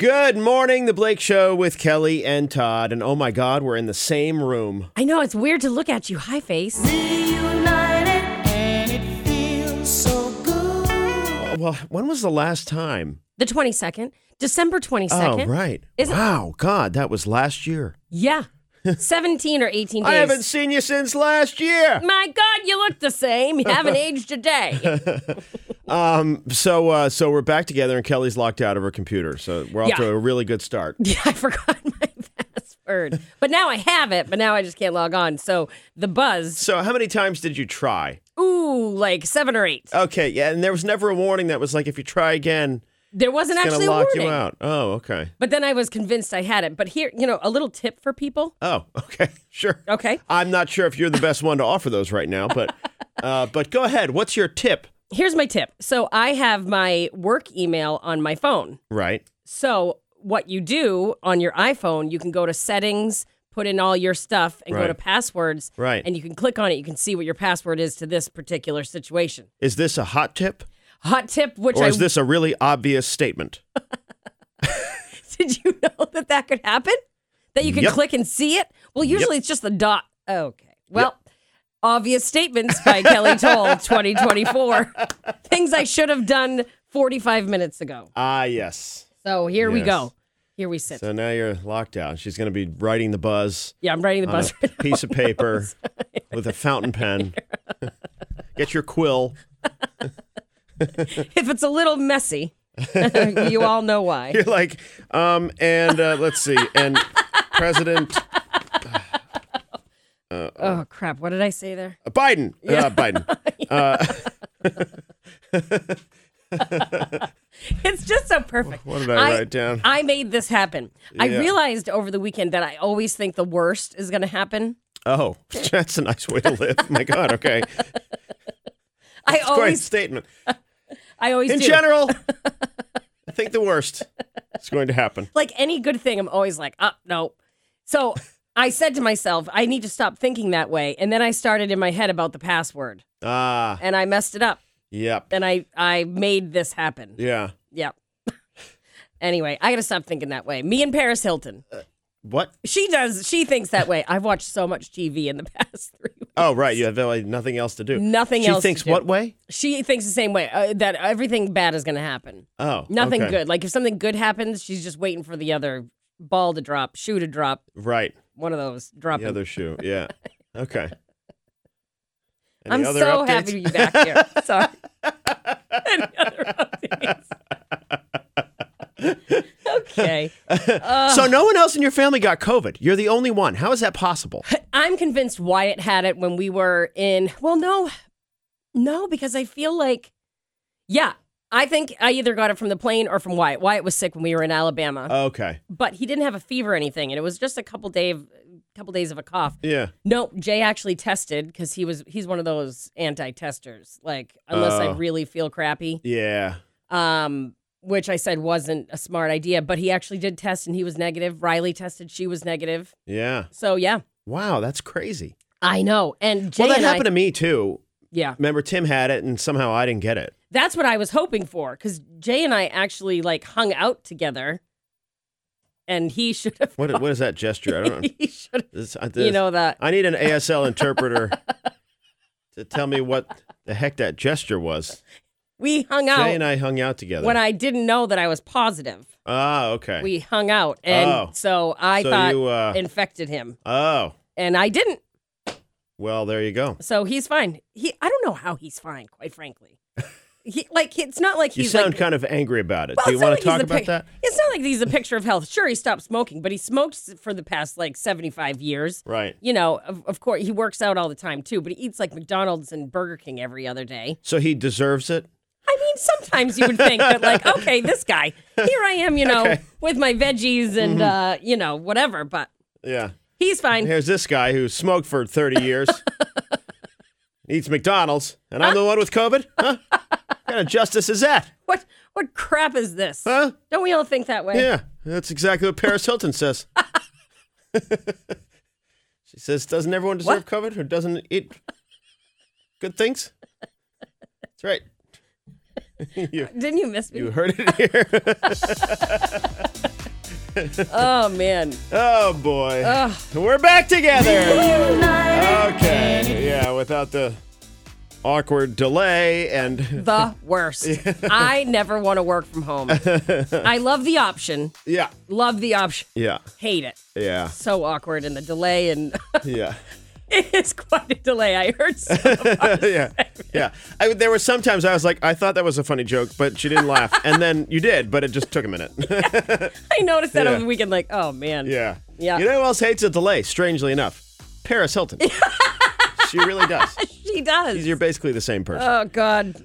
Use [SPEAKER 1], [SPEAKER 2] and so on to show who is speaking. [SPEAKER 1] Good morning, The Blake Show with Kelly and Todd. And oh my God, we're in the same room.
[SPEAKER 2] I know it's weird to look at you. Hi, face.
[SPEAKER 1] Oh, Well, when was the last time?
[SPEAKER 2] The 22nd, December 22nd.
[SPEAKER 1] Oh, right.
[SPEAKER 2] Is it-
[SPEAKER 1] wow, God, that was last year.
[SPEAKER 2] Yeah. 17 or 18 days.
[SPEAKER 1] I haven't seen you since last year.
[SPEAKER 2] My God, you look the same. You haven't aged a day.
[SPEAKER 1] So, uh, so we're back together, and Kelly's locked out of her computer. So we're off
[SPEAKER 2] Yeah.
[SPEAKER 1] to a really good start.
[SPEAKER 2] Yeah, I forgot my password. But now I have it, but now I just can't log on. So the buzz,
[SPEAKER 1] So, how many times did you try?
[SPEAKER 2] ooh, like seven or eight.
[SPEAKER 1] Okay, yeah, and there was never a warning that was like, if you try again,
[SPEAKER 2] There wasn't
[SPEAKER 1] it's gonna
[SPEAKER 2] actually a
[SPEAKER 1] lock
[SPEAKER 2] warning.
[SPEAKER 1] you out. Oh, okay.
[SPEAKER 2] But then I was convinced I had it. But here, you know, a little tip for people.
[SPEAKER 1] Oh, okay, sure.
[SPEAKER 2] Okay.
[SPEAKER 1] I'm not sure if you're the best one to offer those right now, but uh, but go ahead. What's your tip?
[SPEAKER 2] Here's my tip. So I have my work email on my phone.
[SPEAKER 1] Right.
[SPEAKER 2] So what you do on your iPhone, you can go to settings, put in all your stuff, and
[SPEAKER 1] Right.
[SPEAKER 2] go to passwords.
[SPEAKER 1] Right.
[SPEAKER 2] And you can click on it. You can see what your password is to this particular situation.
[SPEAKER 1] Is this a hot tip
[SPEAKER 2] Hot tip, which
[SPEAKER 1] or
[SPEAKER 2] I
[SPEAKER 1] is this a really obvious statement?
[SPEAKER 2] did you know that that could happen? That you can
[SPEAKER 1] Yep.
[SPEAKER 2] click and see it? Well, usually it's just the dot. Okay. Well, obvious statements by Kelly Toll, 2024. Things I should have done 45 minutes ago.
[SPEAKER 1] Ah, yes.
[SPEAKER 2] So here we
[SPEAKER 1] Yes.
[SPEAKER 2] go. Here we sit.
[SPEAKER 1] So now you're locked out. She's going to be writing the buzz
[SPEAKER 2] yeah, I'm writing the
[SPEAKER 1] on
[SPEAKER 2] buzzer.
[SPEAKER 1] a piece of paper with a fountain pen. Get your quill.
[SPEAKER 2] if it's a little messy, you all know why.
[SPEAKER 1] You're like, um, and uh, let's see, and President
[SPEAKER 2] Oh crap! What did I say there?
[SPEAKER 1] Biden, uh, Biden.
[SPEAKER 2] It's just so perfect.
[SPEAKER 1] What did I,
[SPEAKER 2] I-
[SPEAKER 1] write down?
[SPEAKER 2] I made this happen. I
[SPEAKER 1] Yeah.
[SPEAKER 2] realized over the weekend that I always think the worst is going to happen.
[SPEAKER 1] Oh, that's a nice way to live. My God. Okay.
[SPEAKER 2] I
[SPEAKER 1] Quite a
[SPEAKER 2] always,
[SPEAKER 1] statement.
[SPEAKER 2] I always
[SPEAKER 1] in
[SPEAKER 2] do.
[SPEAKER 1] general, I think the worst is going to happen.
[SPEAKER 2] like any good thing, I'm always like, oh no. So I said to myself, I need to stop thinking that way. And then I started in my head about the password,
[SPEAKER 1] Ah,
[SPEAKER 2] and I messed it up,
[SPEAKER 1] yep.
[SPEAKER 2] and I I made this happen.
[SPEAKER 1] Yeah.
[SPEAKER 2] Yep. anyway, I got to stop thinking that way. Me and Paris Hilton.
[SPEAKER 1] What?
[SPEAKER 2] She does. She thinks that way. I've watched so much TV in the past three weeks.
[SPEAKER 1] Oh, right. You have like, nothing else to do.
[SPEAKER 2] Nothing
[SPEAKER 1] she
[SPEAKER 2] else to
[SPEAKER 1] thinks
[SPEAKER 2] do.
[SPEAKER 1] what way?
[SPEAKER 2] She thinks the same way uh, that everything bad is going to happen.
[SPEAKER 1] Oh,
[SPEAKER 2] Nothing
[SPEAKER 1] okay.
[SPEAKER 2] good. Like if something good happens, she's just waiting for the other ball to drop, shoe to drop,
[SPEAKER 1] Right.
[SPEAKER 2] one of those
[SPEAKER 1] The
[SPEAKER 2] dropping.
[SPEAKER 1] other shoe. Yeah. Okay. Any
[SPEAKER 2] I'm
[SPEAKER 1] other
[SPEAKER 2] so
[SPEAKER 1] updates?
[SPEAKER 2] happy to be back here. Sorry. Any other updates? okay.
[SPEAKER 1] so no one else in your family got COVID. You're the only one. How is that possible?
[SPEAKER 2] I'm convinced Wyatt had it when we were in. Well, no, no, because I feel like, yeah, I think I either got it from the plane or from Wyatt. Wyatt was sick when we were in Alabama,
[SPEAKER 1] okay.
[SPEAKER 2] but he didn't have a fever or anything, and it was just a couple day of, couple days of a cough.
[SPEAKER 1] Yeah.
[SPEAKER 2] No, Jay actually tested because he was he's one of those anti-testers. Like unless I
[SPEAKER 1] Oh.
[SPEAKER 2] really feel crappy,
[SPEAKER 1] Yeah.
[SPEAKER 2] um, which I said wasn't a smart idea, but he actually did test and he was negative. Riley tested, she was negative.
[SPEAKER 1] Yeah.
[SPEAKER 2] So yeah,
[SPEAKER 1] Wow. That's crazy.
[SPEAKER 2] I know. And Jay
[SPEAKER 1] well, that
[SPEAKER 2] and
[SPEAKER 1] happened
[SPEAKER 2] I,
[SPEAKER 1] to me too.
[SPEAKER 2] yeah.
[SPEAKER 1] Remember, Tim had it, and somehow I didn't get it.
[SPEAKER 2] That's what I was hoping for because Jay and I actually like hung out together, and he should have.
[SPEAKER 1] What? What is that gesture? I don't know.
[SPEAKER 2] He should.
[SPEAKER 1] This- I-
[SPEAKER 2] You
[SPEAKER 1] this-
[SPEAKER 2] know that.
[SPEAKER 1] I need an ASL interpreter to tell me what the heck that gesture was.
[SPEAKER 2] We hung
[SPEAKER 1] Jay
[SPEAKER 2] out
[SPEAKER 1] and I hung out together.
[SPEAKER 2] when I didn't know that I was positive.
[SPEAKER 1] ah, okay.
[SPEAKER 2] We hung out, and
[SPEAKER 1] Oh.
[SPEAKER 2] so I
[SPEAKER 1] so
[SPEAKER 2] thought
[SPEAKER 1] you, uh,
[SPEAKER 2] infected him,
[SPEAKER 1] oh,
[SPEAKER 2] and I didn't.
[SPEAKER 1] well, there you go.
[SPEAKER 2] So he's fine. He. I don't know how he's fine, quite frankly. He like it's not like
[SPEAKER 1] You
[SPEAKER 2] he's
[SPEAKER 1] sound
[SPEAKER 2] like. "Oh,
[SPEAKER 1] kind of angry about it.
[SPEAKER 2] Well,
[SPEAKER 1] Do you
[SPEAKER 2] it's not
[SPEAKER 1] want
[SPEAKER 2] like
[SPEAKER 1] to
[SPEAKER 2] he's
[SPEAKER 1] talk
[SPEAKER 2] the
[SPEAKER 1] about
[SPEAKER 2] pic-
[SPEAKER 1] that?
[SPEAKER 2] It's not like he's a picture of health. Sure, he stopped smoking, but he smoked for the past like seventy-five years.
[SPEAKER 1] Right.
[SPEAKER 2] you know, of, of course, he works out all the time too, but he eats like McDonald's and Burger King every other day.
[SPEAKER 1] So he deserves it.
[SPEAKER 2] I mean, sometimes you would think that, like, okay, this guy, here I am, you know,
[SPEAKER 1] Okay. Mm-hmm.
[SPEAKER 2] with my veggies and, uh, you know, whatever, but
[SPEAKER 1] Yeah.
[SPEAKER 2] he's fine.
[SPEAKER 1] Here's this guy who smoked for 30 years, eats McDonald's, and I'm the one with COVID. Huh? what kind of justice is that?
[SPEAKER 2] What what crap is this?
[SPEAKER 1] Huh?
[SPEAKER 2] Don't we all think that way?
[SPEAKER 1] Yeah, that's exactly what Paris Hilton says. she says, "Doesn't everyone deserve COVID who doesn't eat good things?" That's right. you,
[SPEAKER 2] Didn't you miss me?
[SPEAKER 1] you heard it here.
[SPEAKER 2] Oh man.
[SPEAKER 1] Oh boy.
[SPEAKER 2] Ugh.
[SPEAKER 1] We're back together. Okay. Yeah, without the awkward delay and
[SPEAKER 2] The worst. I never want to work from home. I love the option.
[SPEAKER 1] yeah.
[SPEAKER 2] Love the option.
[SPEAKER 1] Yeah.
[SPEAKER 2] Hate it.
[SPEAKER 1] Yeah.
[SPEAKER 2] So awkward and the delay and
[SPEAKER 1] Yeah.
[SPEAKER 2] it is quite a delay. I heard so
[SPEAKER 1] yeah. Yeah. I, there were sometimes I was like, I thought that was a funny joke, but she didn't laugh. And then you did, but it just took a minute.
[SPEAKER 2] I noticed that
[SPEAKER 1] Yeah.
[SPEAKER 2] over the weekend, like, oh man.
[SPEAKER 1] yeah.
[SPEAKER 2] Yeah.
[SPEAKER 1] You know who else hates a delay, strangely enough? Paris Hilton. she really does.
[SPEAKER 2] She does.
[SPEAKER 1] You're basically the same person.
[SPEAKER 2] oh God.